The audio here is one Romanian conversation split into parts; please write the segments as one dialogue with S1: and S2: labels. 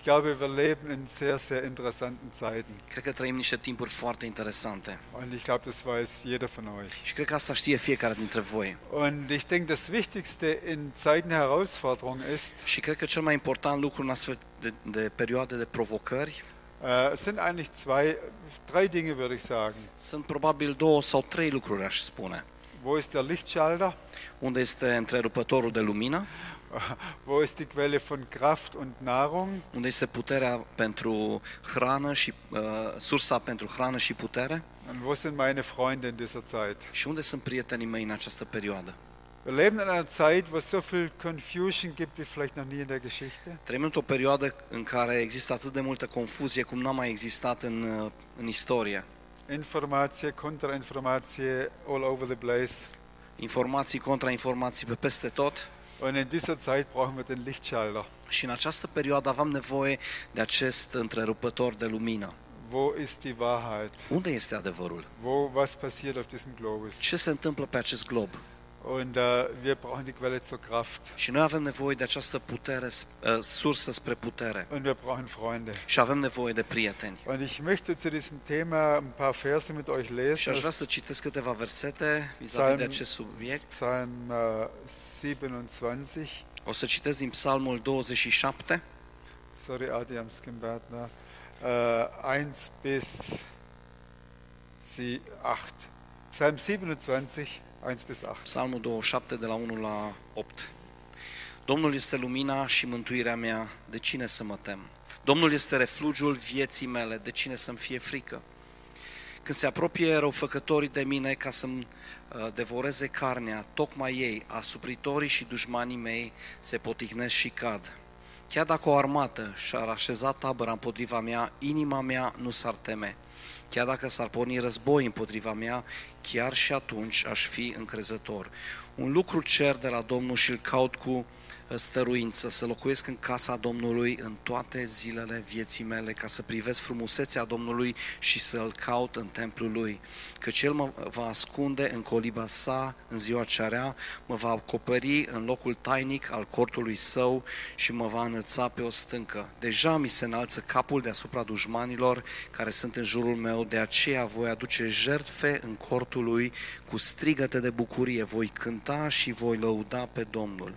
S1: Ich glaube, wir leben in sehr, sehr interessanten Zeiten.
S2: Cred că trăim niște timpuri foarte interesante.
S1: Und ich glaube, das weiß jeder von euch.
S2: Și cred că asta știe fiecare dintre voi.
S1: Und ich denke, das Wichtigste in Zeiten der Herausforderung ist,
S2: Și cred că cel mai important lucru în astfel de, de perioade de provocări
S1: äh, es sind eigentlich zwei, drei Dinge, würde ich sagen.
S2: sunt probabil două sau trei lucruri, aș spune.
S1: Wo ist der Lichtschalter?
S2: Unde este întrerupătorul de lumină,
S1: Wo ist die Quelle von Kraft und Nahrung?
S2: unde este puterea pentru hrană și uh, sursa pentru hrană și putere
S1: Und wo sind meine Freunde in dieser Zeit?
S2: și unde sunt prietenii mei în această perioadă.
S1: Wir leben in einer Zeit, wo es so viel Confusion gibt wie vielleicht noch nie in der Geschichte.
S2: Trăim într-o perioadă în care există atât de multă confuzie cum n-a mai existat în, uh, în istorie.
S1: Informatie, Kontrainformatie, all over the place.
S2: Informații, contrainformații pe peste tot
S1: Und in dieser Zeit brauchen wir den Lichtschalter.
S2: și în această perioadă aveam nevoie de acest întrerupător de lumină.
S1: Wo ist die Wahrheit?
S2: Unde este adevărul?
S1: Wo, was passiert auf diesem Globus?
S2: Ce se întâmplă pe acest glob?
S1: Und äh, wir brauchen die Quelle zur Kraft.
S2: Și noi avem nevoie de această putere, uh, sursă spre putere.
S1: Und wir brauchen Freunde.
S2: Și avem nevoie de prieteni.
S1: Und ich möchte zu diesem Thema ein paar Verse mit euch
S2: Și
S1: lesen.
S2: aș vrea
S1: aus
S2: să citesc câteva versete vis-a-vis
S1: Psalm-
S2: de acest subiect.
S1: Psalm äh, 27.
S2: O să citesc din Psalmul 27,
S1: Sorry, Adi, am Skimbert. Ne? Äh, 1 bis sie 8. Psalm 27, 1 bis 8.
S2: Psalmul 27, de la 1 la 8. Domnul este lumina și mântuirea mea, de cine să mă tem? Domnul este refugiul vieții mele, de cine să-mi fie frică? Când se apropie răufăcătorii de mine ca să-mi uh, devoreze carnea, tocmai ei, asupritorii și dușmanii mei, se potignesc și cad. Chiar dacă o armată și-ar așeza tabăra împotriva mea, inima mea nu s-ar teme. Chiar dacă s-ar porni război împotriva mea, chiar și atunci aș fi încrezător. Un lucru cer de la Domnul și îl caut cu uh, stăruință, să locuiesc în casa Domnului în toate zilele vieții mele, ca să privesc frumusețea Domnului și să-l caut în templul lui. Căci el mă va ascunde în coliba sa în ziua cea rea, mă va acoperi în locul tainic al cortului său și mă va înălța pe o stâncă. Deja mi se înalță capul deasupra dușmanilor care sunt în jurul meu, de aceea voi aduce jertfe în cortul lui cu strigăte de bucurie, voi cânta și voi lăuda pe Domnul.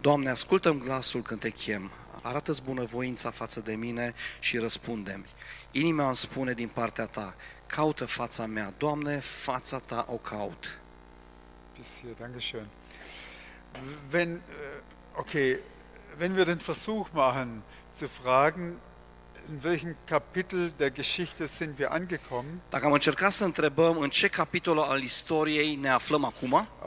S2: Doamne, ascultăm glasul când te chem, arată-ți bunăvoința față de mine și răspundem. Inima îmi spune din partea ta, caută fața mea, Doamne, fața ta o caut.
S1: Bis hier, Dankeschön. Wenn, äh, okay, wenn wir den Versuch machen, zu fragen, in welchem Kapitel der Geschichte sind wir angekommen,
S2: Dacă am încercat să întrebăm în ce capitol al istoriei ne aflăm acum,
S1: äh,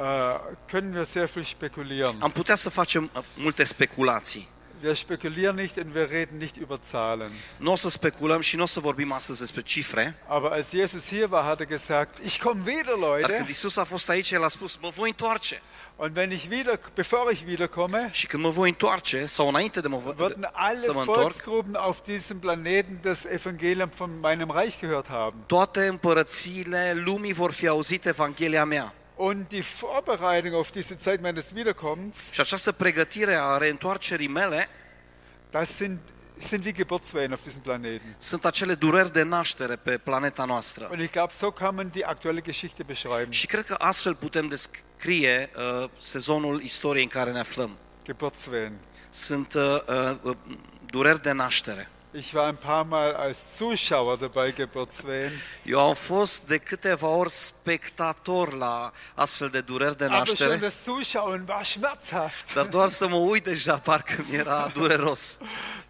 S1: können wir sehr viel spekulieren.
S2: am putea să facem uh, multe speculații.
S1: Wir spekulieren nicht und wir reden nicht über Zahlen.
S2: Nu o să speculăm și nu o să vorbim astăzi despre cifre,
S1: Aber als Jesus hier war, hat er gesagt, ich komme wieder,
S2: dar
S1: Leute.
S2: când Isus a fost aici, El a spus, mă voi întoarce.
S1: Und wenn ich wieder, bevor ich wiederkomme,
S2: Și când mă voi întoarce, sau înainte de mă vo-
S1: werden alle
S2: să mă întorc,
S1: Volksgruppen auf diesem Planeten das Evangelium von meinem Reich gehört haben.
S2: toate împărățiile lumii vor fi auzit Evanghelia mea.
S1: Und die Vorbereitung auf diese Zeit meines Wiederkommens,
S2: Și această pregătire a reîntoarcerii mele
S1: das sind, sind wie Geburtswehen auf diesem Planeten.
S2: sunt acele dureri de naștere pe planeta noastră.
S1: Und ich glaube, so kann man die aktuelle Geschichte beschreiben.
S2: Și cred că astfel putem descrie uh, sezonul istoriei în care ne aflăm.
S1: Geburtswehen.
S2: Sunt uh, uh, uh, dureri de naștere.
S1: Ich war ein paar Mal als Zuschauer dabei, Geburtswehen.
S2: Eu am fost de câteva ori spectator la astfel de dureri de
S1: Aber schon
S2: naștere,
S1: das Zuschauen war schmerzhaft.
S2: dar doar să mă uit deja parcă mi era dureros.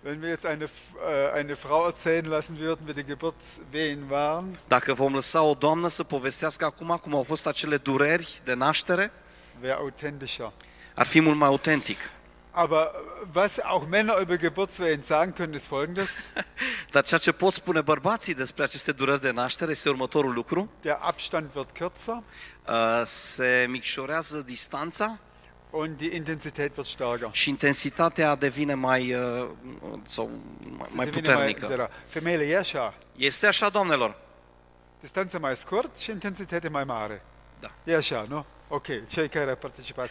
S1: Wenn wir jetzt eine, F- äh, eine Frau erzählen lassen würden, wie die Geburtswehen waren,
S2: Dacă vom lăsa o doamnă să povestească acum cum au fost acele dureri de naștere,
S1: wäre authentischer.
S2: ar fi mult mai autentic.
S1: Aber was auch Männer über Geburtswehen sagen können, ist folgendes.
S2: Dar ceea ce pot spune bărbații despre aceste dureri de naștere este următorul lucru.
S1: Der Abstand wird kürzer
S2: Uh, Se micșorează distanța
S1: und die Intensität wird stärker.
S2: și intensitatea devine mai, uh, sau mai, mai
S1: Devine mai- de
S2: puternică.
S1: la- Femeile e așa.
S2: Este așa, doamnelor?
S1: Distanța mai scurt și intensitatea mai mare.
S2: Da.
S1: E așa, nu? Okay, cei care au participat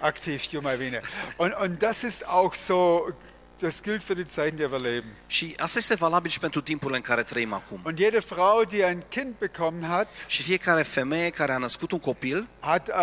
S1: activ știu mai bine. Und, und das ist auch so Das gilt für die Zeiten, die wir leben.
S2: Și asta este valabil și pentru timpurile în care trăim acum.
S1: Und jede Frau, die ein Kind bekommen hat,
S2: Și fiecare femeie care a născut un copil
S1: hat äh,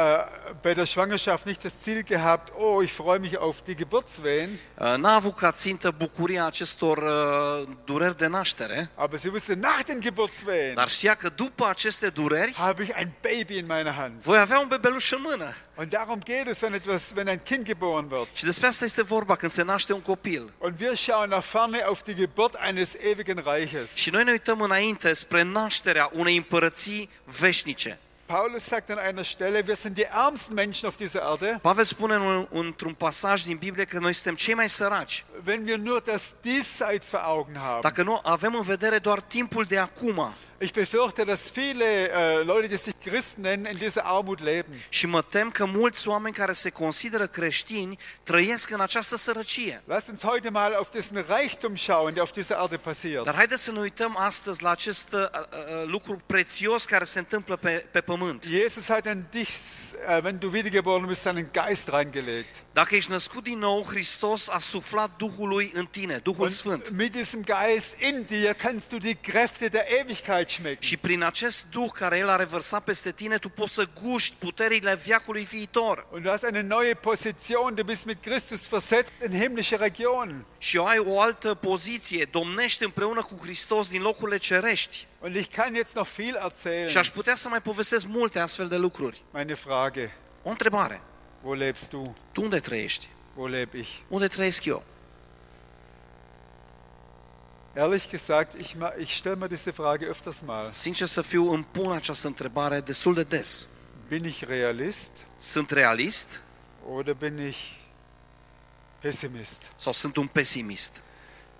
S1: bei der Schwangerschaft nicht das Ziel gehabt, oh, ich freue mich auf die Geburtswehen,
S2: uh, n-a avut ca țintă bucuria acestor uh, dureri de naștere,
S1: aber sie wusste, nach den Geburtswehen
S2: dar știa că după aceste dureri
S1: habe ich ein Baby in meiner Hand.
S2: voi avea un bebeluș în mână.
S1: Und darum geht es, wenn, etwas, wenn ein Kind geboren wird.
S2: Și despre asta este vorba când se naște un copil.
S1: Und wir schauen nach vorne auf die Geburt eines ewigen Reiches.
S2: Și noi ne uităm înainte spre nașterea unei împărății veșnice.
S1: Paulus sagt an einer Stelle, wir sind die ärmsten Menschen auf dieser Erde,
S2: Pavel spune în- într-un pasaj din Biblie că noi suntem cei mai săraci.
S1: wenn wir nur das Diesseits vor Augen haben.
S2: Dacă nu avem în vedere doar timpul de acum,
S1: Ich befürchte, dass viele äh, Leute, die sich Christen nennen, in dieser Armut leben.
S2: Și mă tem că mulți oameni care se consideră creștini trăiesc în această sărăcie.
S1: Lasst uns heute mal auf diesen Reichtum schauen, der auf dieser Erde passiert.
S2: Dar haideți să ne uităm astăzi la acest uh, uh, lucru prețios care se întâmplă pe, pe pământ.
S1: Jesus hat an dich, äh, wenn du wiedergeboren bist, seinen Geist reingelegt.
S2: Dacă ești născut din nou, Hristos a suflat Duhul lui în tine, Duhul Sfânt.
S1: Und mit diesem Geist in dir kannst du die Kräfte der Ewigkeit schmecken.
S2: Și prin acest Duh care El a revărsat peste tine, tu poți să guști puterile viacului viitor.
S1: Und du hast eine neue Position, du bist mit Christus versetzt in himmlische Regionen.
S2: Și ai o altă poziție, domnești împreună cu Hristos din locurile cerești.
S1: Und ich kann jetzt noch viel erzählen.
S2: Și aș putea să mai povestesc multe astfel de lucruri.
S1: Meine Frage,
S2: O întrebare.
S1: wo lebst du?
S2: Tu unde trăiești?
S1: Wo lebe ich?
S2: Unde trăiesc eu?
S1: Ehrlich gesagt, ich, ma- ich stelle mir diese Frage öfters mal.
S2: Sincer să fiu, îmi pun această întrebare destul de des.
S1: Bin ich Realist
S2: Sunt realist
S1: oder bin ich Pessimist?
S2: sau sunt un pesimist?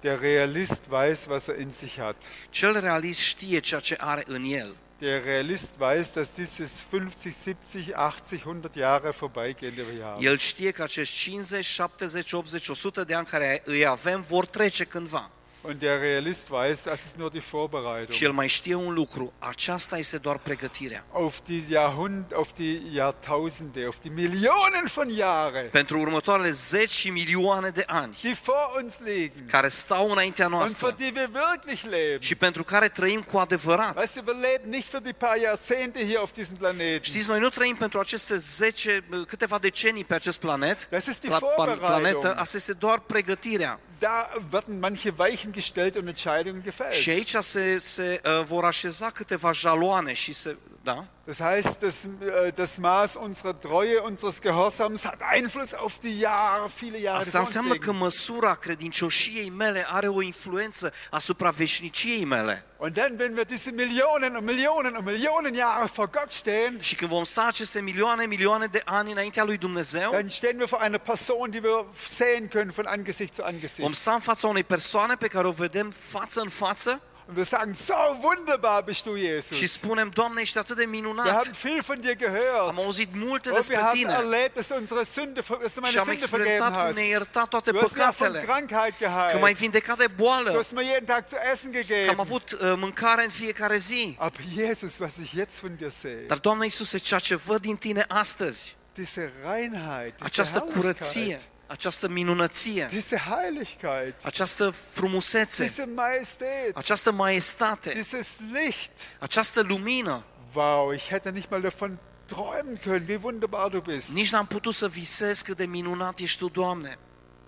S1: Der Realist weiß, was er in sich hat.
S2: Cel realist știe ceea ce are în el.
S1: Der Realist weiß, dass dieses 50, 70, 80, 100 Jahre vorbeigehen, die wir hier haben.
S2: El știe că acești 50, 70, 80, 100 de ani care îi avem vor trece cândva.
S1: Und der Realist weiß, das ist nur die
S2: Și
S1: Vorbereitung.
S2: el mai știe un lucru, aceasta este doar pregătirea.
S1: Auf die Jahrhunderte, auf die Jahrtausende, auf die Millionen von Jahren,
S2: Pentru următoarele zeci și milioane de ani
S1: die vor uns liegen
S2: care stau înaintea
S1: und für
S2: noastră
S1: die wir wirklich leben.
S2: și pentru care trăim cu adevărat.
S1: Weißt du, wir leben nicht für die paar Jahrzehnte hier auf diesem Planeten.
S2: Știți, noi nu trăim pentru aceste 10, câteva decenii pe acest planet,
S1: Das ist die
S2: pla- plan- planetă,
S1: Vorbereitung.
S2: asta este doar pregătirea.
S1: Da werden manche Weichen gestellt und Entscheidungen
S2: Și
S1: gefällt.
S2: aici se, se uh, vor așeza câteva jaloane și se... Da?
S1: Das heißt, das, äh, das Maß unserer Treue, unseres Gehorsams hat Einfluss auf die Jahre, viele Jahre. die
S2: Asta
S1: vor uns
S2: înseamnă că
S1: liegen.
S2: măsura credincioșiei mele are o influență asupra veșniciei mele.
S1: Und dann, wenn wir diese Millionen und Millionen und Millionen Jahre vor Gott stehen,
S2: Și când vom sta aceste milioane, milioane de ani înaintea lui Dumnezeu,
S1: dann stehen wir vor einer Person, die wir sehen können von Angesicht zu
S2: vom
S1: Angesicht.
S2: sta în fața unei persoane pe care o vedem față în față
S1: Und wir sagen, so wunderbar bist du,
S2: și
S1: Jesus.
S2: spunem, Doamne, ești atât de
S1: Wir
S2: minunat,
S1: haben viel von dir gehört.
S2: am auzit multe
S1: Und wir
S2: despre
S1: haben
S2: tine.
S1: erlebt, dass du unsere Sünde, dass du meine
S2: Și
S1: Sünde
S2: am
S1: vergeben
S2: experimentat cum
S1: hast.
S2: ne-ai iertat toate
S1: Du hast mir von
S2: păcatele,
S1: Krankheit
S2: că m-ai
S1: geheilt.
S2: vindecat de
S1: Du
S2: boală,
S1: hast mir jeden Tag zu essen
S2: că am
S1: gegeben.
S2: avut uh, mâncare în fiecare zi.
S1: Aber Jesus, was ich jetzt von dir sehe,
S2: Dar, Doamne Iisuse, ceea ce văd din Tine astăzi,
S1: diese Reinheit, diese
S2: această
S1: Herrlichkeit,
S2: curăție, această minunăție,
S1: diese Heiligkeit,
S2: această frumusețe,
S1: diese Majestät,
S2: această maestate,
S1: dieses Licht.
S2: această lumină,
S1: Wow, ich hätte nicht mal davon träumen können, wie wunderbar du bist.
S2: nici n-am putut să visez cât de minunat ești Tu, Doamne.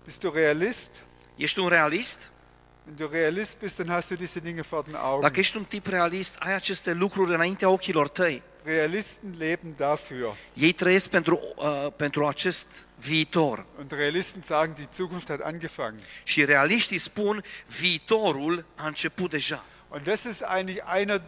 S1: Bist du Realist?
S2: Ești un realist?
S1: Wenn du Realist bist, dann hast du diese Dinge vor den Augen.
S2: Dacă ești un tip realist, ai aceste lucruri înaintea ochilor tăi.
S1: Realisten leben dafür.
S2: Ei trăiesc pentru, uh, pentru acest viitor.
S1: Und Realisten sagen, die Zukunft hat angefangen.
S2: Și realiștii spun, viitorul a început deja.
S1: Und das ist eigentlich einer,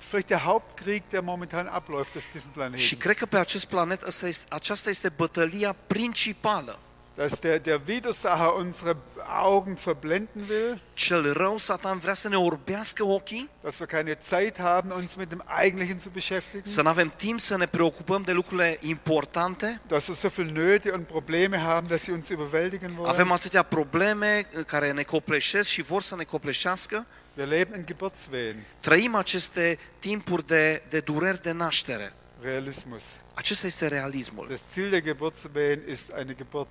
S1: vielleicht der Hauptkrieg, der momentan abläuft auf diesem
S2: Și
S1: Planeten.
S2: cred că pe acest planet asta este, aceasta este bătălia principală.
S1: Dass der, der Widersacher unsere Augen verblenden will,
S2: Cel rău, Satan, vrea să ne orbească ochii,
S1: dass wir keine Zeit haben, uns mit dem Eigentlichen zu beschäftigen,
S2: să nu avem timp să ne preocupăm de lucrurile importante.
S1: dass wir so viele Nöte und Probleme haben, dass sie uns überwältigen wollen.
S2: Avem atâtea probleme uh, care ne copleșesc și vor să ne copleșească.
S1: Wir leben in Geburtswehen.
S2: Trăim aceste timpuri de, de dureri de naștere.
S1: Realismus.
S2: Acesta este realismul.
S1: Das Ziel der Geburtswehen ist eine Geburt.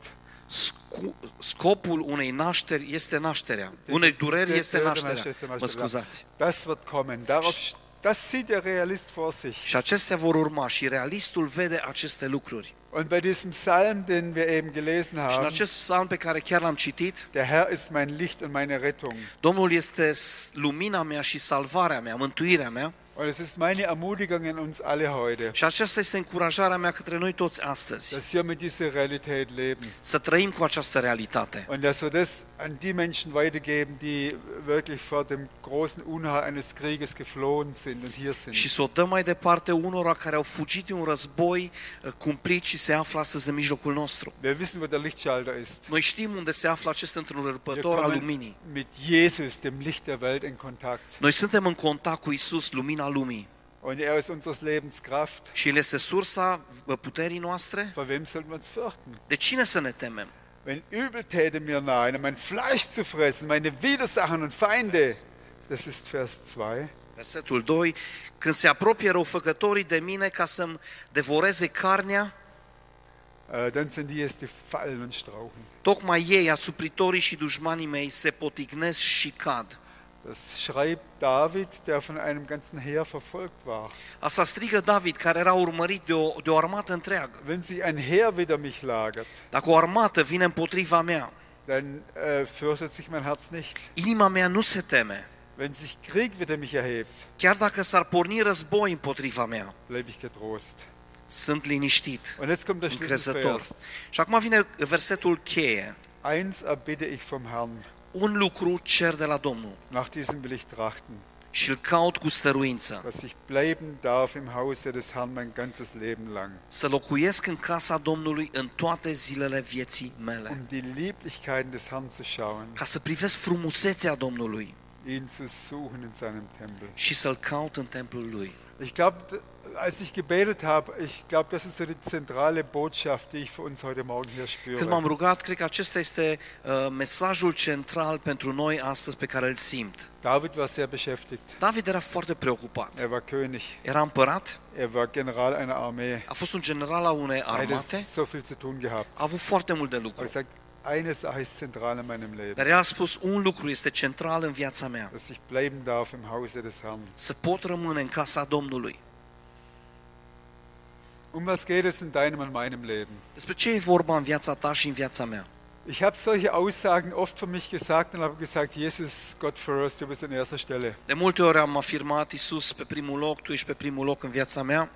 S2: scu- scopul unei nașteri este nașterea. Unei dureri
S1: Der-
S2: este
S1: der- der
S2: nașterea. da.
S1: Naște-
S2: Mă
S1: Naște-
S2: scuzați.
S1: Das wird kommen. Darauf, das sieht der Realist vor sich.
S2: Și acestea vor urma și realistul vede aceste lucruri.
S1: Und bei diesem Psalm, den wir eben gelesen
S2: Și în
S1: haben,
S2: acest psalm pe care chiar l-am citit,
S1: der Herr ist mein Licht und meine Rettung.
S2: Domnul este s- lumina mea și salvarea mea, mântuirea mea.
S1: Und es ist meine Ermutigung an uns alle heute,
S2: Și aceasta este încurajarea mea către noi toți astăzi.
S1: dass wir mit dieser Realität leben
S2: Să trăim cu această realitate.
S1: und dass wir das an die Menschen weitergeben, die wirklich vor dem großen Unheil eines Krieges geflohen sind und hier
S2: Și
S1: sind.
S2: să o dăm mai departe unora care au fugit din un război uh, cumplit și se află astăzi în mijlocul nostru.
S1: Wir wissen, wo der Lichtschalter ist.
S2: Noi știm unde se află acest
S1: Wir
S2: întrerupător al
S1: kommen
S2: luminii.
S1: mit Jesus, dem Licht der Welt, in Kontakt.
S2: Noi suntem în contact cu Isus, lumina lumii.
S1: Und er ist unseres Lebens Kraft.
S2: Și El este sursa uh, puterii noastre?
S1: Vor wem sollten wir uns fürchten?
S2: De cine să ne temem?
S1: Wenn Übeltäter mir nahen, um mein Fleisch zu fressen, meine Widersachen und Feinde, das ist Vers 2,
S2: Versetul 2. Când se apropie răufăcătorii de mine ca să-mi devoreze carnea,
S1: äh, dann sind die es, die fallen und strauchen.
S2: tocmai ei, asupritorii și dușmanii mei, se potignesc și cad.
S1: Das schreibt David, der von einem ganzen Heer verfolgt war.
S2: Asta strigă David, care era urmărit de o, de o armată întreagă.
S1: Wenn sich ein Heer wieder mich lagert,
S2: Dacă o armată vine împotriva mea,
S1: dann äh, fürchtet sich mein Herz nicht.
S2: inima mea nu se teme.
S1: Wenn sich Krieg wieder mich erhebt,
S2: Chiar dacă s-ar porni război împotriva mea,
S1: bleibe ich getrost.
S2: sunt liniștit,
S1: Und jetzt kommt der
S2: încrezător.
S1: Schlüsselvers.
S2: Și acum vine versetul cheie.
S1: Eins erbitte ich vom Herrn,
S2: Un lucru cer de la Domnul
S1: nach diesem will ich trachten,
S2: și îl caut cu stăruință.
S1: dass ich bleiben darf im Hause des Herrn mein ganzes Leben lang.
S2: Să locuiesc în casa Domnului în toate zilele vieții mele.
S1: um die Lieblichkeiten des Herrn zu schauen,
S2: Ca să privesc frumusețea Domnului
S1: ihn zu suchen in seinem Tempel.
S2: și să-l caut în templul lui.
S1: Ich glaube, als ich gebetet habe, ich glaube, das ist so die zentrale Botschaft, die ich für uns heute Morgen hier
S2: Când m-am
S1: spüre.
S2: rugat, cred că acesta este uh, mesajul central pentru noi astăzi pe care îl simt.
S1: David war sehr beschäftigt.
S2: David era foarte preocupat.
S1: Er war König,
S2: Era împărat,
S1: er war General einer Armee.
S2: a fost un general al unei
S1: Er hätte
S2: armate,
S1: so viel zu tun gehabt.
S2: a avut foarte mult de
S1: Aber
S2: lucru.
S1: ich sage, eine Sache ist zentral in meinem Leben,
S2: Dar el a spus, un lucru este central în viața mea,
S1: dass ich bleiben darf im Hause des Herrn.
S2: să pot rămâne în casa Domnului.
S1: Um was geht es in deinem und meinem Leben?
S2: Despre ce e vorba în viața ta și în viața mea?
S1: Ich habe solche Aussagen oft für mich gesagt und habe gesagt, Jesus, God first, du bist an erster Stelle.
S2: De multe ori am afirmat, Iisus pe primul loc, Tu ești pe primul loc în viața mea.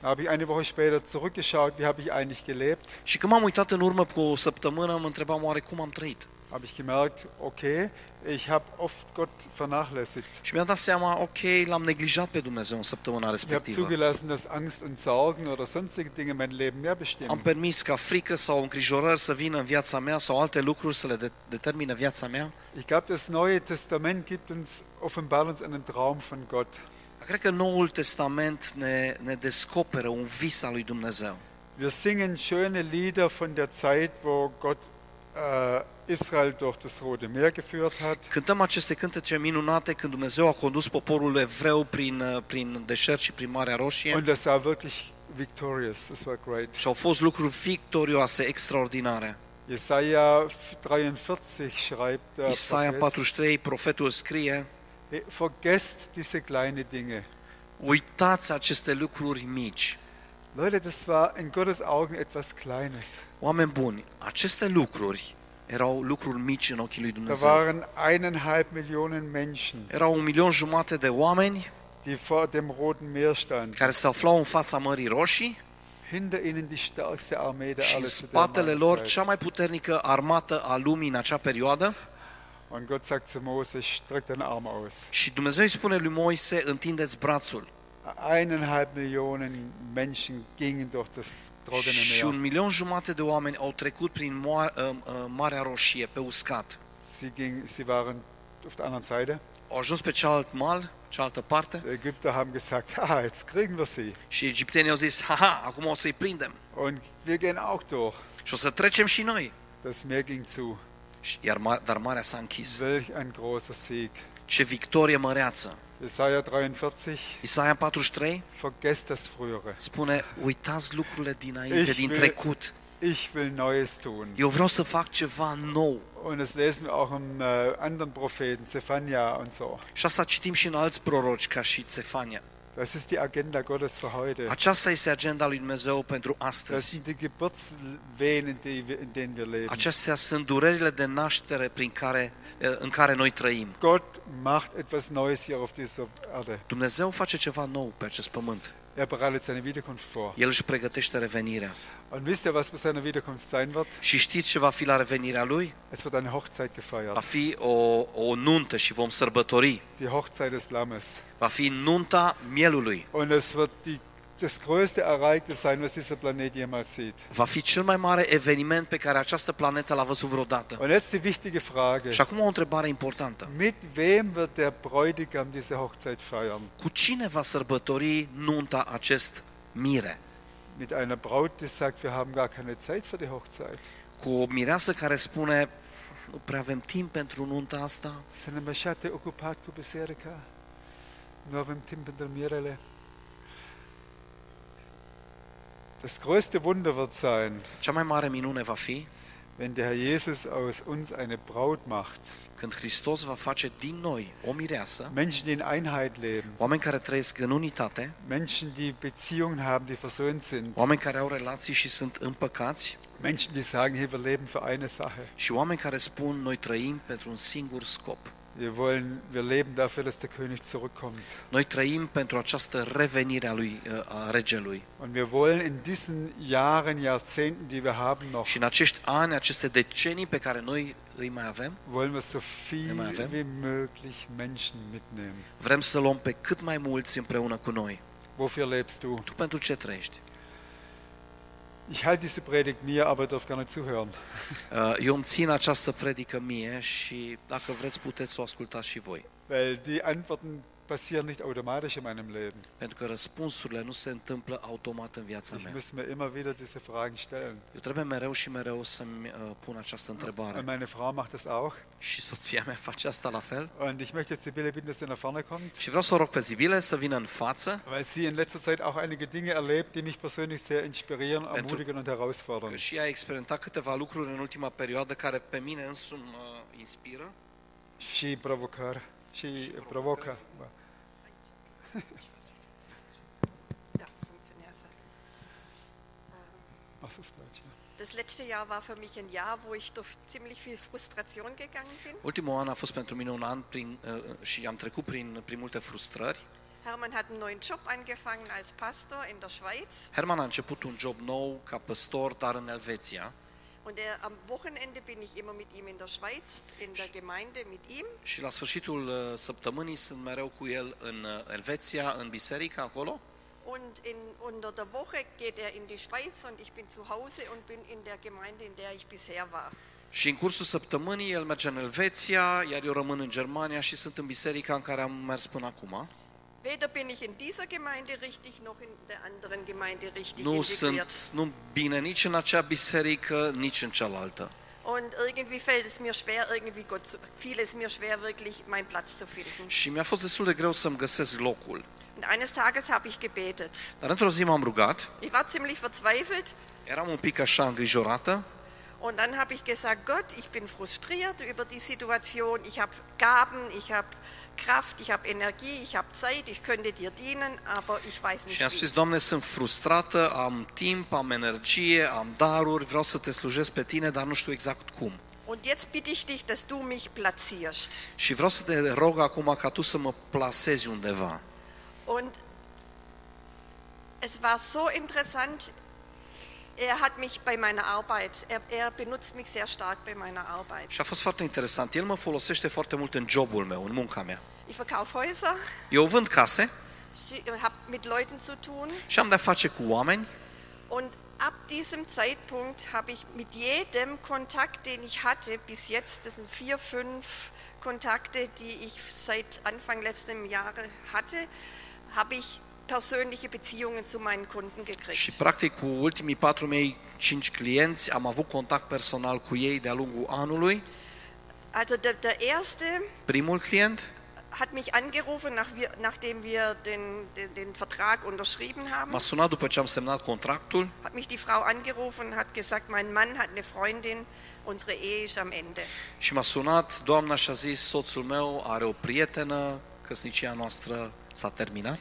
S1: Da habe ich eine Woche später zurückgeschaut, wie habe ich eigentlich gelebt,
S2: Și când m-am uitat în urmă cu o săptămână, mă întrebam oare cum am trăit.
S1: habe ich gemerkt, okay, ich habe oft Gott vernachlässigt.
S2: Și mi-am dat seama, ok, l-am neglijat pe Dumnezeu în săptămâna
S1: Ich habe
S2: respectivă.
S1: zugelassen, dass Angst und Sorgen oder sonstige Dinge mein Leben mehr
S2: Am
S1: bestimmen.
S2: permis ca frică sau îngrijorări să vină în viața mea sau alte lucruri să le de- determine viața mea.
S1: Ich glaube, das Neue Testament gibt uns, offenbart uns einen Traum von Gott.
S2: Dar Cred că Noul Testament ne, ne descoperă un vis al lui Dumnezeu.
S1: Wir singen schöne Lieder von der Zeit, wo Gott äh, Israel durch das Rote Meer geführt hat.
S2: Cântăm aceste cântece minunate când Dumnezeu a condus poporul evreu prin, uh, prin deșert și prin Marea Roșie
S1: Und das war wirklich victorious, das war great.
S2: și au fost lucruri victorioase, extraordinare.
S1: Jesaja 43 schreibt der
S2: Isaia
S1: Prophet,
S2: 43, profetul scrie,
S1: Hey, Vergesst diese kleinen Dinge.
S2: uitați aceste lucruri mici.
S1: Leute, das war in Gottes Augen etwas Kleines.
S2: Oameni buni, aceste lucruri erau lucruri mici în ochii lui
S1: Da
S2: Dumnezeu.
S1: waren eineinhalb Millionen Menschen,
S2: Erau un milion jumate de oameni
S1: die vor dem Roten Meer standen.
S2: care se aflau în fața Mării Roșii
S1: Hinter ihnen die stärkste Armee der
S2: și în
S1: alles zu der
S2: spatele lor
S1: Zeit.
S2: cea mai puternică armată a lumii în acea perioadă.
S1: Und Gott sagt zu Mose, streck deinen Arm aus.
S2: Și Dumnezeu îi spune lui Moise, întindeți brațul.
S1: Eineinhalb Millionen Menschen gingen durch das
S2: Și
S1: trockene
S2: un
S1: Meer.
S2: milion jumate de oameni au trecut prin moa- uh, uh, Marea Roșie pe uscat.
S1: Sie, gingen, sie waren auf der anderen Seite.
S2: Au ajuns pe cealalt mal, cealaltă parte,
S1: Die Ägypter haben gesagt, haha, jetzt kriegen wir sie.
S2: și egiptenii au zis, haha, acum o să-i prindem
S1: Und wir gehen auch durch.
S2: și o să trecem și noi.
S1: Das Meer ging zu.
S2: Și- Iar, ma- dar marea s-a închis.
S1: Welch ein großer Sieg.
S2: Ce victorie măreață!
S1: Jesaja 43,
S2: Isaia 43
S1: vergesst das Frühere.
S2: spune, uitați lucrurile dinainte,
S1: Ich
S2: din
S1: will-
S2: trecut.
S1: ich will Neues tun.
S2: Eu vreau să fac ceva nou.
S1: Und das lesen wir auch im äh, anderen Propheten, Zephania und so.
S2: Și asta citim și în alți proroci, ca și Țefania.
S1: Das ist die Agenda Gottes für heute.
S2: Aceasta este agenda lui Dumnezeu pentru
S1: Das
S2: astăzi.
S1: sind die Geburtswehen, die wir- in denen wir leben.
S2: Acestea sunt durerile de naștere prin care, eh, în care noi trăim.
S1: Gott macht etwas Neues hier auf dieser Erde.
S2: Dumnezeu face ceva nou pe acest pământ.
S1: Er bereitet seine Wiederkunft vor.
S2: El își pregătește revenirea.
S1: Und wisst ihr, was bei seiner Wiederkunft sein wird?
S2: Și știți ce va fi la revenirea lui?
S1: Es wird eine Hochzeit
S2: Va
S1: gefeiert.
S2: fi o, o nuntă și vom sărbători.
S1: Die Hochzeit des Lammes.
S2: Va fi nunta mielului.
S1: Und es wird die, das größte Ereignis sein, was dieser Planet jemals sieht.
S2: Va fi cel mai mare eveniment pe care această planetă l-a văzut vreodată.
S1: Und jetzt die wichtige Frage.
S2: Și acum o întrebare importantă.
S1: Mit wem wird der Bräutigam diese Hochzeit feiern?
S2: Cu cine va sărbători nunta acest mire?
S1: Mit einer Braut, die sagt, wir haben gar keine Zeit für die Hochzeit.
S2: Cu o mireasă care spune, nu prea avem timp pentru nunta asta?
S1: Să ne mășate ocupat cu biserica. Nu avem timp pentru mirele. Das größte Wunder wird sein,
S2: Cea mai mare minune va fi
S1: wenn der Herr Jesus aus uns eine Braut macht.
S2: când Hristos va face din noi o mireasă,
S1: Menschen, die in Einheit leben,
S2: oameni care trăiesc în unitate,
S1: Menschen, die Beziehungen haben, die versöhnt sind,
S2: oameni care au relații și sunt împăcați
S1: Menschen, die sagen, hey, wir leben für eine Sache.
S2: și oameni care spun noi trăim pentru un singur scop.
S1: Wir wollen, wir leben dafür, dass der König zurückkommt.
S2: Noi trăim pentru această revenire a lui uh, a regelui.
S1: Und wir wollen in diesen Jahren, Jahrzehnten, die wir haben noch,
S2: Și în acești ani, aceste decenii pe care noi îi mai avem,
S1: wollen wir so viel
S2: Immer FM.
S1: wie möglich Menschen mitnehmen.
S2: vrem să luăm pe cât mai mulți împreună cu noi.
S1: Wofür lebst du?
S2: Tu pentru ce trăiești?
S1: Ich halte diese Predigt mir, aber darf gar nicht zuhören.
S2: Uh, Eu îmi țin această predică mie și dacă vreți puteți să o ascultați și voi.
S1: Weil die Antworten passieren nicht automatisch in meinem Leben.
S2: Pentru că răspunsurile nu se întâmplă automat în viața
S1: Ich
S2: mea.
S1: muss mir immer wieder diese Fragen stellen.
S2: Eu trebuie mereu și mereu să-mi uh, pun această
S1: Und
S2: întrebare.
S1: meine Frau macht das auch.
S2: Și soția mea face asta la fel.
S1: Und ich möchte jetzt Sibylle bitten, dass sie nach vorne kommt,
S2: Și vreau să o rog pe Zibile să vină în față,
S1: weil sie in letzter Zeit auch einige Dinge erlebt, die mich persönlich sehr inspirieren, ermutigen und
S2: că
S1: herausfordern.
S2: și ea a experimentat câteva lucruri în ultima perioadă care pe mine însumi mă inspiră.
S1: Și provocări. Și provocă.
S3: Ja, funktioniert es.
S1: Ach, so, ist Deutsch, ja.
S3: Das letzte Jahr war für mich ein Jahr, wo ich durch ziemlich viel Frustration gegangen bin.
S2: Ultimul an a fost pentru mine un an prin, uh, și am trecut prin, prin multe frustrări.
S3: Hermann hat einen neuen Job angefangen als Pastor in der Schweiz
S2: Herman a început un job nou ca păstor, dar în Elveția.
S3: und er, am Wochenende bin ich immer mit ihm in der Schweiz, in der Gemeinde mit ihm.
S2: Și la sfârșitul uh, săptămânii sunt mereu cu el în uh, Elveția, în biserică, acolo.
S3: Und in, unter der Woche geht er in die Schweiz und ich bin zu Hause und bin in der Gemeinde, in der ich bisher war.
S2: Și în cursul săptămânii el merge în Elveția, iar eu rămân în Germania și sunt în biserica în care am mers până acum.
S3: Weder bin ich in dieser Gemeinde richtig, noch in der anderen Gemeinde richtig
S2: Nu
S3: integriert.
S2: sunt nu bine nici în acea biserică, nici în cealaltă.
S3: Und irgendwie fällt es mir schwer, irgendwie Gott zu, fiel es mir schwer, wirklich meinen Platz zu finden.
S2: Și mi-a fost destul de greu să-mi găsesc locul.
S3: Und eines Tages habe ich gebetet.
S2: Dar într-o zi m-am rugat,
S3: Ich war ziemlich verzweifelt
S2: eram un pic așa îngrijorată
S3: und dann habe ich gesagt, Gott, ich bin frustriert über die Situation. Ich habe Gaben, ich habe Kraft, ich habe Energie, ich habe Zeit, ich könnte dir dienen, aber ich weiß nicht
S2: și am
S3: wie.
S2: spus, Doamne, sunt frustrată, am timp, am energie, am daruri, vreau să te slujesc pe tine, dar nu știu exact cum.
S3: Und jetzt bitte ich dich, dass du mich platzierst.
S2: Și vreau să te rog acum ca tu să mă plasezi undeva.
S3: Und es war so interessant. Er hat mich bei meiner Arbeit, er, er benutzt mich sehr stark bei meiner Arbeit.
S2: Și a fost foarte interesant. El mă folosește foarte mult în jobul meu, în munca mea.
S3: Ich verkaufe Häuser,
S2: Eu vând case
S3: habe mit Leuten zu tun.
S2: și am de-a face cu oameni
S3: Und ab diesem Zeitpunkt habe ich mit jedem Kontakt, den ich hatte, bis jetzt, das sind vier, fünf Kontakte, die ich seit Anfang letzten Jahres hatte, habe ich persönliche Beziehungen zu meinen Kunden
S2: și
S3: gekriegt.
S2: practic cu ultimii patru mei cinci clienți am avut contact personal cu ei de-a lungul anului.
S3: Also der, der erste
S2: Primul client
S3: hat mich angerufen, nach wir, nachdem wir den, den, den Vertrag unterschrieben haben.
S2: M-a sunat după ce am semnat contractul
S3: Hat mich die Frau angerufen und hat gesagt, mein Mann hat eine Freundin, unsere Ehe ist am Ende.
S2: și m-a sunat doamna și a zis, soțul meu are o prietenă, căsnicia noastră s-a terminat.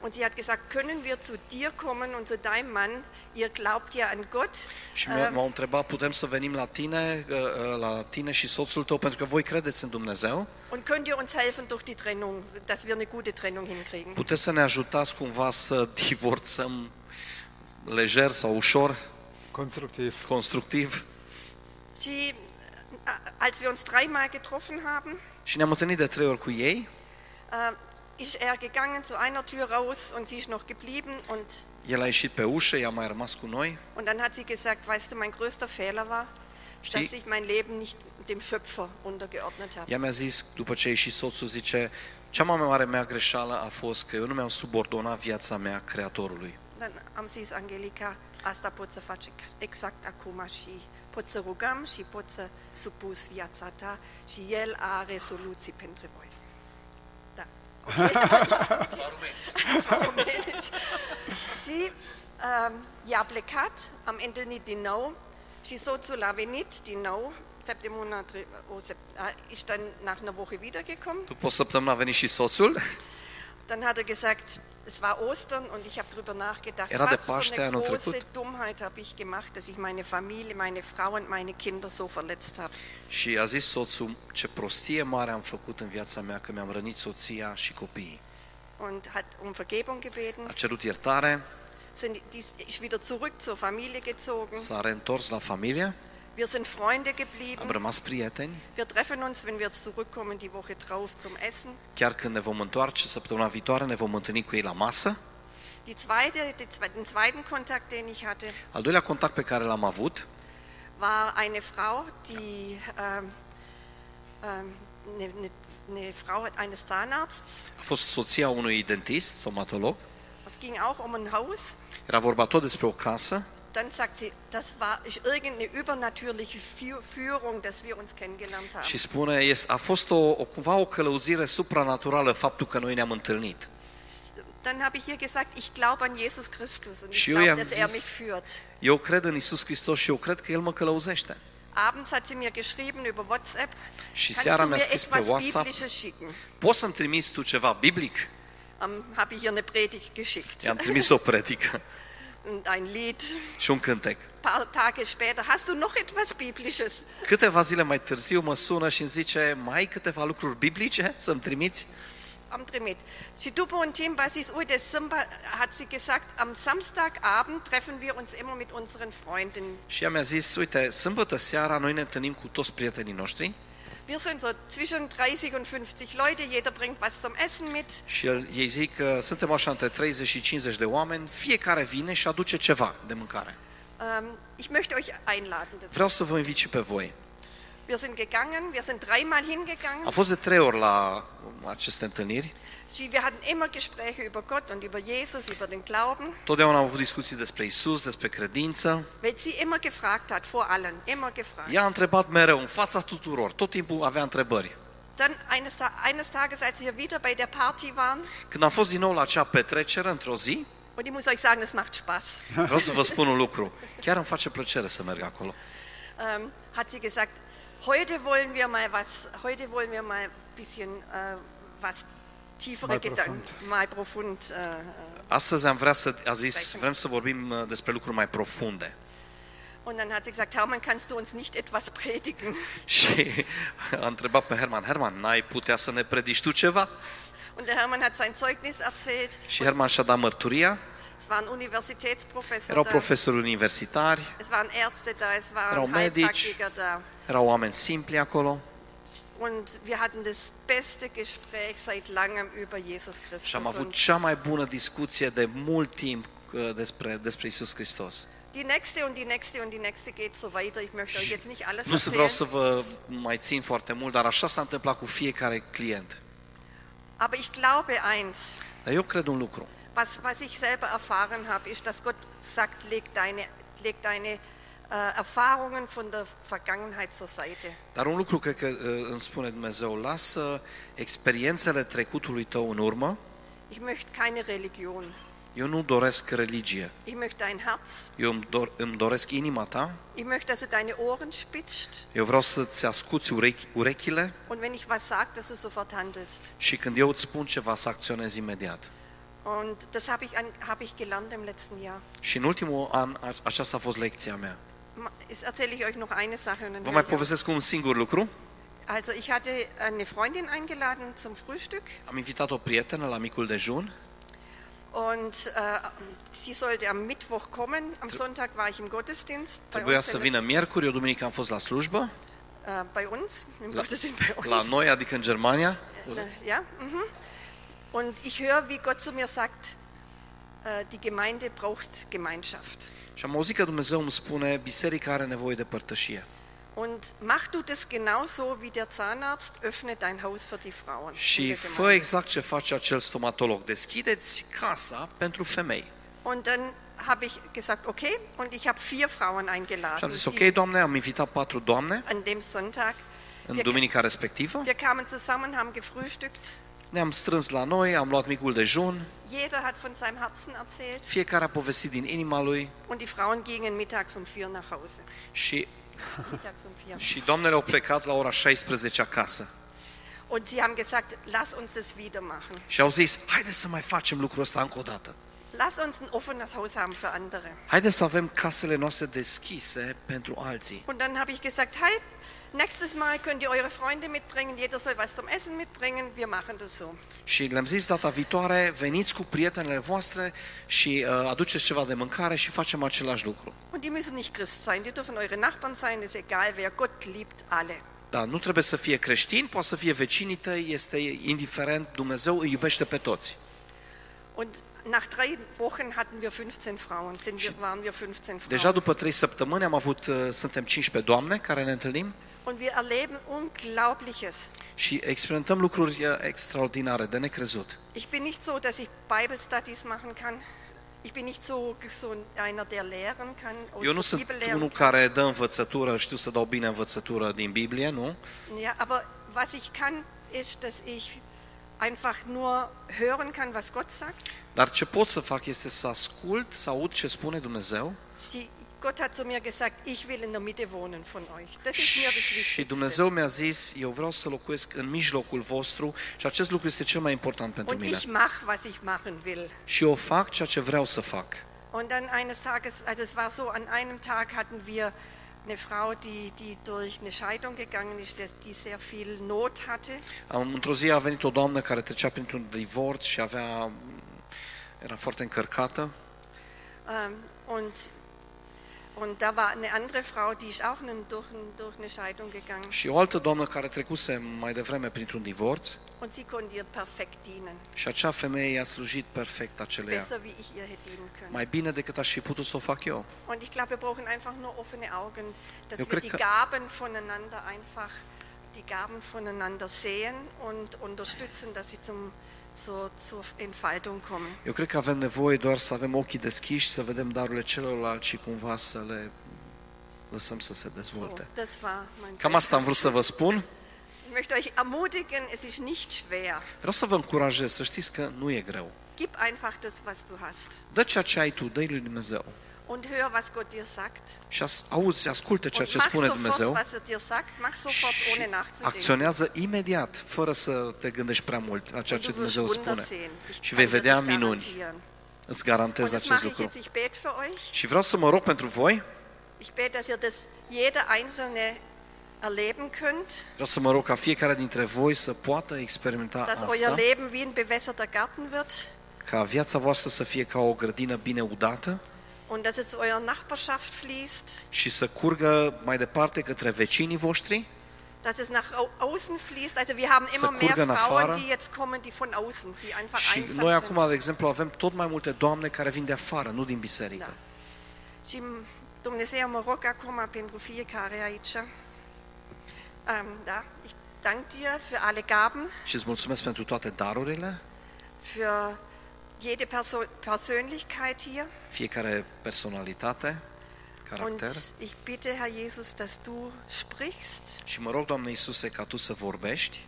S3: Und sie hat gesagt, können wir zu dir kommen und zu deinem Mann? Ihr glaubt ja an Gott.
S2: Și mi-a- m-au întrebat, putem să venim la tine, uh, uh, la tine și soțul tău, pentru că voi credeți în Dumnezeu?
S3: Und könnt ihr uns helfen durch die Trennung, dass wir eine gute Trennung hinkriegen?
S2: Puteți să ne ajutați cumva să divorțăm lejer sau ușor,
S1: konstruktiv.
S2: constructiv?
S3: Sie, äh, als wir uns dreimal getroffen haben,
S2: Și ne-am întâlnit de trei ori cu ei.
S3: äh, ist er gegangen zu einer Tür raus und sie ist noch geblieben. Und,
S2: El a ieșit pe ușă, ea a mai rămas cu noi.
S3: und dann hat sie gesagt, weißt du, mein größter Fehler war, dass
S2: Sie-
S3: ich mein Leben nicht dem Schöpfer untergeordnet habe.
S2: Ea mi-a zis, după ce a ieșit soțul, zice, cea mai mare mea greșeală a fost că eu nu mi-am subordonat viața mea Creatorului.
S3: Dann haben sie es Angelika, asta pot să faci exact acum și pot să rugăm și pot să supus viața ta și El are soluții pentru voi. Da. Românisch. și um, i-a plecat, am întâlnit din nou și soțul a venit din nou, septembre, o sep- a, ist dann nach einer Woche wiedergekommen.
S2: După o săptămână a venit și soțul,
S3: Dann hat er gesagt, es war Ostern und ich habe darüber nachgedacht,
S2: Er hatte
S3: was für
S2: Fahrstein
S3: eine
S2: und
S3: große
S2: Tribut.
S3: Dummheit habe ich gemacht, dass ich meine Familie, meine Frau und meine Kinder so verletzt habe.
S2: și a zis soțul, ce prostie mare am făcut în viața mea că mi-am rănit soția și copiii.
S3: Und hat um Vergebung gebeten,
S2: A cerut iertare,
S3: sind, die ist wieder zurück zur Familie gezogen.
S2: s-a reîntors la familie,
S3: Wir sind Freunde
S2: am
S3: geblieben.
S2: rămas prieteni,
S3: Wir treffen uns, wenn wir zurückkommen, die Woche drauf zum Essen.
S2: chiar când ne vom întoarce săptămâna viitoare, ne vom întâlni cu ei la masă.
S3: Die zweite, die, zwe- den zweiten Kontakt, den ich hatte,
S2: Al doilea contact pe care l-am avut,
S3: war eine Frau, die ähm, ähm, eine, eine, eine Frau eines Zahnarztes.
S2: a fost soția unui dentist, stomatolog,
S3: Es ging auch um ein Haus.
S2: era vorba tot despre o casă,
S3: Dann sagt sie, das war ist irgendeine übernatürliche Fü- Führung, dass wir uns kennengelernt haben.
S2: Și spune, este- a fost o, o, cumva o călăuzire supranaturală faptul că noi ne-am întâlnit.
S3: Dann habe ich ihr gesagt, ich glaube an Jesus Christus und ich
S2: Julian,
S3: glaube, dass er
S2: das-
S3: mich führt.
S2: Eu cred în Isus Hristos și eu cred că El mă călăuzește.
S3: Abends hat sie mir geschrieben über WhatsApp,
S2: Și
S3: kannst
S2: seara
S3: du
S2: mi-a
S3: mir
S2: scris pe
S3: etwas
S2: WhatsApp,
S3: Biblisches schicken?
S2: poți să-mi trimiți tu ceva biblic?
S3: Ähm, habe ich ihr eine Predigt geschickt
S2: I-am trimis o predică
S3: und ein Lied.
S2: și un cântec.
S3: Ein paar Tage später, hast du noch etwas Biblisches?
S2: Câteva zile mai târziu mă sună și îmi zice, mai ai câteva lucruri biblice să-mi trimiți?
S3: am Trimit. Chidubo und Tim Basis Ude Simba hat sie gesagt, am Samstagabend treffen wir uns immer mit unseren Freunden.
S2: Și ea mi-a zis, uite, sâmbătă seara noi ne întâlnim cu toți prietenii noștri
S3: Wir sind so zwischen 30 und 50 Leute, jeder bringt was zum Essen mit.
S2: și el, ei zic că suntem așa între 30 și 50 de oameni, fiecare vine și aduce ceva de mâncare.
S3: Ähm, ich möchte euch einladen. dazu.
S2: Vreau să vă invit și pe voi.
S3: Wir sind gegangen, wir sind dreimal
S2: Am
S3: hingegangen.
S2: fost de trei ori la um, aceste întâlniri.
S3: Sie- Wir hatten immer Gespräche über Gott und über Jesus, über den Glauben,
S2: Totdeauna am avut discuții despre Isus, despre credință.
S3: weil sie immer gefragt hat, vor allen, immer gefragt.
S2: Ea a întrebat mereu, în fața tuturor, tot timpul avea întrebări.
S3: Dann eines, Ta- eines Tages, als wir wieder bei der Party waren,
S2: Când am fost din nou la acea petrecere, într-o zi,
S3: und ich muss euch sagen, es macht Spaß.
S2: vreau să vă spun un lucru. Chiar îmi face plăcere să merg acolo.
S3: ähm, hat sie gesagt, heute wollen wir mal was, heute wollen wir mal ein bisschen äh, was tiefere
S1: Mal
S3: Gedanken,
S1: profund.
S3: mal profund. Äh,
S2: Astăzi am vrea să, a zis, vrem să vorbim uh, despre lucruri mai profunde.
S3: und dann hat sie gesagt, Hermann, kannst du uns nicht etwas predigen?
S2: Și a întrebat pe Herman, Herman, n-ai putea să ne predici tu ceva?
S3: Und der Hermann hat sein Zeugnis erzählt.
S2: Și Herman și-a dat mărturia.
S3: Es waren Universitätsprofessoren
S2: Erau
S3: da,
S2: profesori universitari,
S3: es waren Ärzte da, es
S2: Erau
S3: waren
S2: medici.
S3: Heilpraktiker da.
S2: erau oameni simpli acolo.
S3: Und wir hatten das beste Gespräch seit langem über Jesus
S2: Și am
S3: Christus.
S2: avut
S3: Und
S2: cea mai bună discuție de mult timp uh, despre, despre Isus Hristos.
S3: die nächste und die nächste und die nächste geht so weiter. Ich möchte euch jetzt nicht alles
S2: Nu să vreau
S3: erzählen.
S2: să vă mai țin foarte mult, dar așa s-a întâmplat cu fiecare client.
S3: Aber ich glaube eins,
S2: Dar eu cred un lucru.
S3: was, was ich selber erfahren habe, ist, dass Gott sagt, leg deine, leg deine äh, Erfahrungen von der Vergangenheit zur Seite.
S2: Dar un lucru cred că uh, îmi spune Dumnezeu, lasă experiențele trecutului tău în urmă.
S3: Ich möchte keine Religion.
S2: Eu nu doresc religie,
S3: Ich möchte ein Herz.
S2: eu îmi, dor, îmi doresc inima ta,
S3: Ich möchte, dass du deine Ohren spitzt
S2: eu vreau să-ți ascuți urechi, urechile
S3: und wenn ich was sage, dass du sofort handelst.
S2: și când eu îți spun ceva să acționezi imediat.
S3: Und das habe ich, an, habe ich gelernt im letzten Jahr.
S2: Și în ultimul an a- aceasta a fost lecția mea.
S3: Ma- Jetzt erzähle ich euch noch eine Sache. Und dann
S2: Vă
S3: höre
S2: mai
S3: ich auf.
S2: povestesc un singur lucru.
S3: also ich hatte eine Freundin eingeladen zum Frühstück
S2: Am invitat o prietenă la micul dejun.
S3: und äh, sie sollte am Mittwoch kommen. Am Sonntag war ich im Gottesdienst bei
S2: Trebuia
S3: uns,
S2: să
S3: in-
S2: vină miercuri, eu duminică am fost la slujbă,
S3: äh, bei uns im Gottesdienst bei uns.
S2: la noi, adică în Germania.
S3: Äh, Ja, mhm. Und ich höre, wie Gott zu mir sagt, äh, die Gemeinde braucht Gemeinschaft.
S2: Și am auzit că Dumnezeu îmi spune, biserica are nevoie de părtășie.
S3: Und mach du das genauso wie der Zahnarzt, öffne dein Haus für die Frauen. in
S2: Și
S3: der
S2: fă
S3: Gemeinde.
S2: exact ce face acel stomatolog. Deschideți casa pentru femei.
S3: Und dann habe ich gesagt, okay, und ich habe vier Frauen
S2: Și am
S3: eingeladen.
S2: zis, ok,
S3: die
S2: doamne, am invitat patru doamne
S3: An dem Sonntag.
S2: în
S3: Wir,
S2: duminica respectivă.
S3: wir kamen zusammen, haben gefrühstückt.
S2: Ne-am strâns la noi, am luat micul dejun,
S3: Jeder hat von seinem Herzen erzählt.
S2: fiecare a povestit din inima lui
S3: Und die Frauen gingen mittags um vier nach Hause.
S2: și,
S3: Mittags um vier.
S2: și doamnele au plecat la ora 16 acasă.
S3: Und sie haben gesagt, lass uns das wieder machen.
S2: Și au zis, haideți să mai facem lucrul ăsta încă o dată.
S3: Lass uns ein offenes Haus haben für andere.
S2: Haideți să avem casele noastre deschise pentru alții.
S3: Und dann habe ich gesagt, hey, nächstes Mal könnt ihr eure Freunde mitbringen, jeder soll was zum Essen mitbringen, wir machen das so.
S2: Și le-am zis data viitoare, veniți cu prietenele voastre și uh, aduceți ceva de mâncare și facem același lucru.
S3: Und die müssen nicht Christ sein, die dürfen eure Nachbarn sein, ist egal wer, Gott liebt alle.
S2: Da, nu trebuie să fie creștin, poate să fie vecinii tăi, este indiferent, Dumnezeu îi iubește pe toți.
S3: Und nach drei Wochen hatten wir 15 Frauen, sind wir, waren wir 15
S2: Deja
S3: Frauen.
S2: după trei săptămâni am avut, uh, suntem 15 doamne care ne întâlnim
S3: Und wir erleben Unglaubliches.
S2: și experimentăm lucruri uh, extraordinare, de necrezut.
S3: Ich bin nicht so, dass ich Bible-Studies machen kann. Ich bin nicht so, so einer, der lehren kann. oder
S2: Eu nu
S3: so
S2: sunt
S3: Bibel lehren
S2: unul care dă învățătură, știu să dau bine învățătură din Biblie, nu?
S3: Ja, aber was ich kann, ist, dass ich einfach nur hören kann, was Gott sagt.
S2: Dar ce pot să fac este să ascult, să aud ce spune Dumnezeu
S3: Die, Gott hat zu mir gesagt, ich will in der Mitte wohnen von euch. Das ist mir das
S2: și
S3: Wichtigste.
S2: Dumnezeu mi-a zis, eu vreau să locuiesc în mijlocul vostru și acest lucru este cel mai important pentru
S3: Und
S2: mine.
S3: ich mache, was ich machen will.
S2: Și eu fac ceea ce vreau să fac.
S3: Und dann eines Tages, also es war so, an einem Tag hatten wir eine Frau, die, die durch eine Scheidung gegangen ist, das- die sehr viel Not hatte.
S2: Am, într-o zi a venit o doamnă care trecea printr-un divorț și avea, era foarte încărcată
S3: Ähm, und, und da war eine andere Frau, die ist auch einen- durch, ein- durch eine Scheidung gegangen.
S2: și o altă doamnă care trecuse mai devreme printr-un divorț
S3: Und sie konnte ihr perfekt dienen.
S2: și acea femeie i-a slujit perfect aceleia.
S3: besser, wie ich ihr hätte dienen können.
S2: Mai bine decât aș fi putut să o fac eu.
S3: Und ich glaube, wir brauchen einfach nur offene Augen, dass
S2: Jo,
S3: wir
S2: krieg-
S3: die Gaben voneinander einfach, die Gaben voneinander sehen und unterstützen, dass sie zum, zur, zur Entfaltung kommen.
S2: Eu cred că avem nevoie doar să avem ochii deschiși, să vedem darurile celorlalți și cumva să le lăsăm să se
S3: So,
S2: dezvolte.
S3: das war mein
S2: Cam asta am
S3: Beitrag.
S2: vrut să vă spun.
S3: Ich möchte euch ermutigen, es ist nicht schwer.
S2: Vreau să vă încurajez, să știți că nu e greu.
S3: Gib einfach das, was du hast
S2: Dă ceea ce ai tu, dă lui Dumnezeu.
S3: und hör, was Gott dir sagt.
S2: Și as- auzi, ascultă ceea
S3: Und
S2: ce
S3: mach
S2: spune
S3: sofort,
S2: Dumnezeu
S3: was er dir sagt, mach sofort,
S2: și
S3: ohne nachzudenken.
S2: acționează imediat, fără să te gândești prea mult la ceea
S3: Und
S2: ce
S3: du wirst
S2: Dumnezeu
S3: Wunder
S2: spune.
S3: sehen. Ich
S2: Și
S3: kann
S2: vei
S3: dir das
S2: vedea minuni.
S3: garantieren.
S2: Îți
S3: Und
S2: garantez
S3: das
S2: acest
S3: mache ich
S2: lucru.
S3: jetzt. Ich bete für euch.
S2: Și vreau să mă rog pentru voi,
S3: Ich bete, dass ihr das jeder Einzelne erleben könnt,
S2: vreau să mă rog ca fiecare dintre voi să poată experimenta
S3: dass
S2: asta.
S3: euer Leben wie ein bewässerter Garten wird
S2: ca viața voastră să fie ca o grădină bine udată
S3: und dass es zu eurer Nachbarschaft fließt,
S2: și să curgă mai departe către vecinii voștri.
S3: dass es nach au- außen fließt. Also wir haben immer
S2: Să
S3: mehr
S2: curgă în
S3: Frauen,
S2: afară.
S3: die jetzt kommen, die von außen, die einfach
S2: Și
S3: einsam
S2: noi
S3: sind.
S2: acum, de exemplu, avem tot mai multe doamne care vin de afară, nu din biserică.
S3: Da. Și Dumnezeu mă rog acum pentru fiecare aici. Ähm, da. Ich danke dir für alle Gaben,
S2: Și îți mulțumesc pentru toate darurile,
S3: für jede Perso Persönlichkeit hier.
S2: fiecare personalitate caracter
S3: Und ich bitte, Herr Jesus, dass du sprichst,
S2: și mă rog, Doamne Iisuse, ca Tu să vorbești,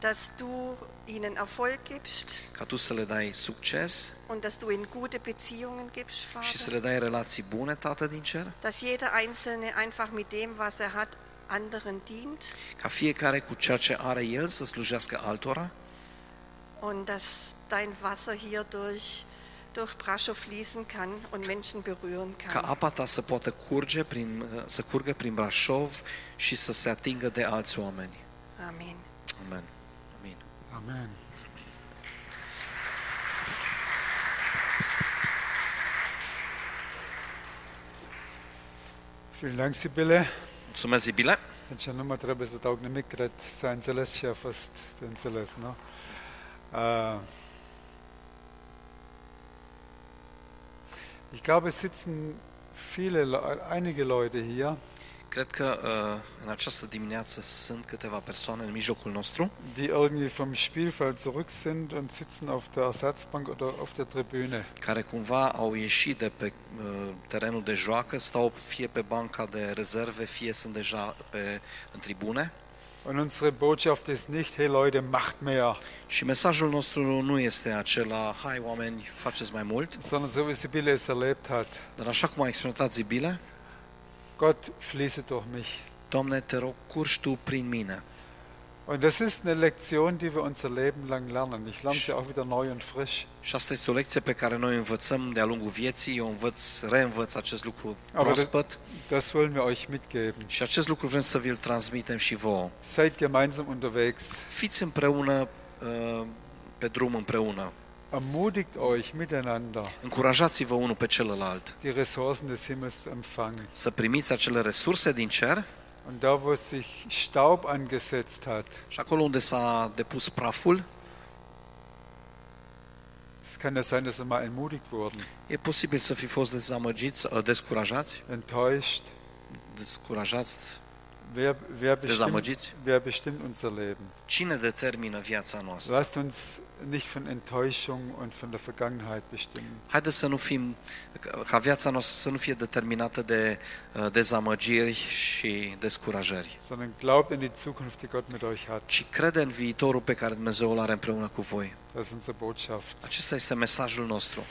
S3: dass du ihnen Erfolg gibst
S2: ca Tu să le dai succes
S3: und dass du ihnen gute Beziehungen gibst,
S2: și să
S3: Vater.
S2: le dai relații bune, Tată din Cer,
S3: Dass jeder Einzelne einfach mit dem, was er hat, anderen dient
S2: ca fiecare cu ceea ce are el să slujească altora
S3: und dass dein Wasser hier durch, durch Braschow fließen kann und Menschen berühren
S2: ca
S3: kann.
S2: apa ta să poată curge prin, să curgă prin Brașov și să se atingă de alți oameni.
S3: Amen.
S2: Amen. Amin.
S1: Amen. Vielen Dank, Sibylle.
S2: Mulțumesc, Zibile.
S1: Deci nu mă trebuie să dau nimic, cred s-a înțeles și a fost de înțeles, nu? ne? Äh, ich glaube, es sitzen viele, Le- einige Leute hier,
S2: Cred că uh, în această dimineață sunt câteva persoane în mijlocul nostru
S1: die irgendwie vom Spielfeld zurück sind und sitzen auf der Ersatzbank oder auf der Tribüne.
S2: care cumva au ieșit de pe uh, terenul de joacă, stau fie pe banca de rezerve, fie sunt deja pe, în tribune.
S1: Und unsere Botschaft ist nicht, hey Leute, macht mehr,
S2: Și mesajul nostru nu este acela, hai oameni, faceți mai mult,
S1: sondern so wie Sibylle es erlebt hat.
S2: dar așa cum a exprimat Zibile,
S1: Gott fließe durch mich.
S2: Doamne, te rog, curgi Tu prin mine.
S1: Und das ist eine Lektion, die wir unser Leben lang lernen. Ich lerne sie auch wieder neu und frisch.
S2: Și asta este o lecție pe care noi o învățăm de-a lungul vieții, eu învăț, reînvăț acest lucru
S1: Aber das,
S2: proaspăt
S1: das wollen wir euch mitgeben.
S2: și acest lucru vrem să vi-l transmitem și vouă.
S1: Seid gemeinsam unterwegs.
S2: Fiți împreună, uh, pe drum împreună,
S1: Ermutigt euch miteinander,
S2: încurajați-vă unul pe celălalt,
S1: die Ressourcen des Himmels zu empfangen.
S2: să primiți acele resurse din cer
S1: Und da, wo sich Staub angesetzt hat,
S2: și acolo unde s-a depus praful,
S1: es kann ja sein, dass wir mal entmutigt wurden,
S2: e posibil să fi fost dezamăgiți, uh, descurajați,
S1: enttäuscht.
S2: descurajați.
S1: Wer, wer,
S2: Desamăgiți?
S1: bestimmt, wer bestimmt unser Leben?
S2: Cine determină viața noastră?
S1: Lasst uns nicht von Enttäuschung und von der Vergangenheit bestimmen.
S2: Haideți să nu fim, ca viața noastră să nu fie determinată de uh, dezamăgiri și descurajări,
S1: sondern glaubt in die Zukunft, die Gott mit euch hat.
S2: ci crede în viitorul pe care Dumnezeu îl are împreună cu voi.
S1: Das ist unsere Botschaft.
S2: Acesta este mesajul nostru.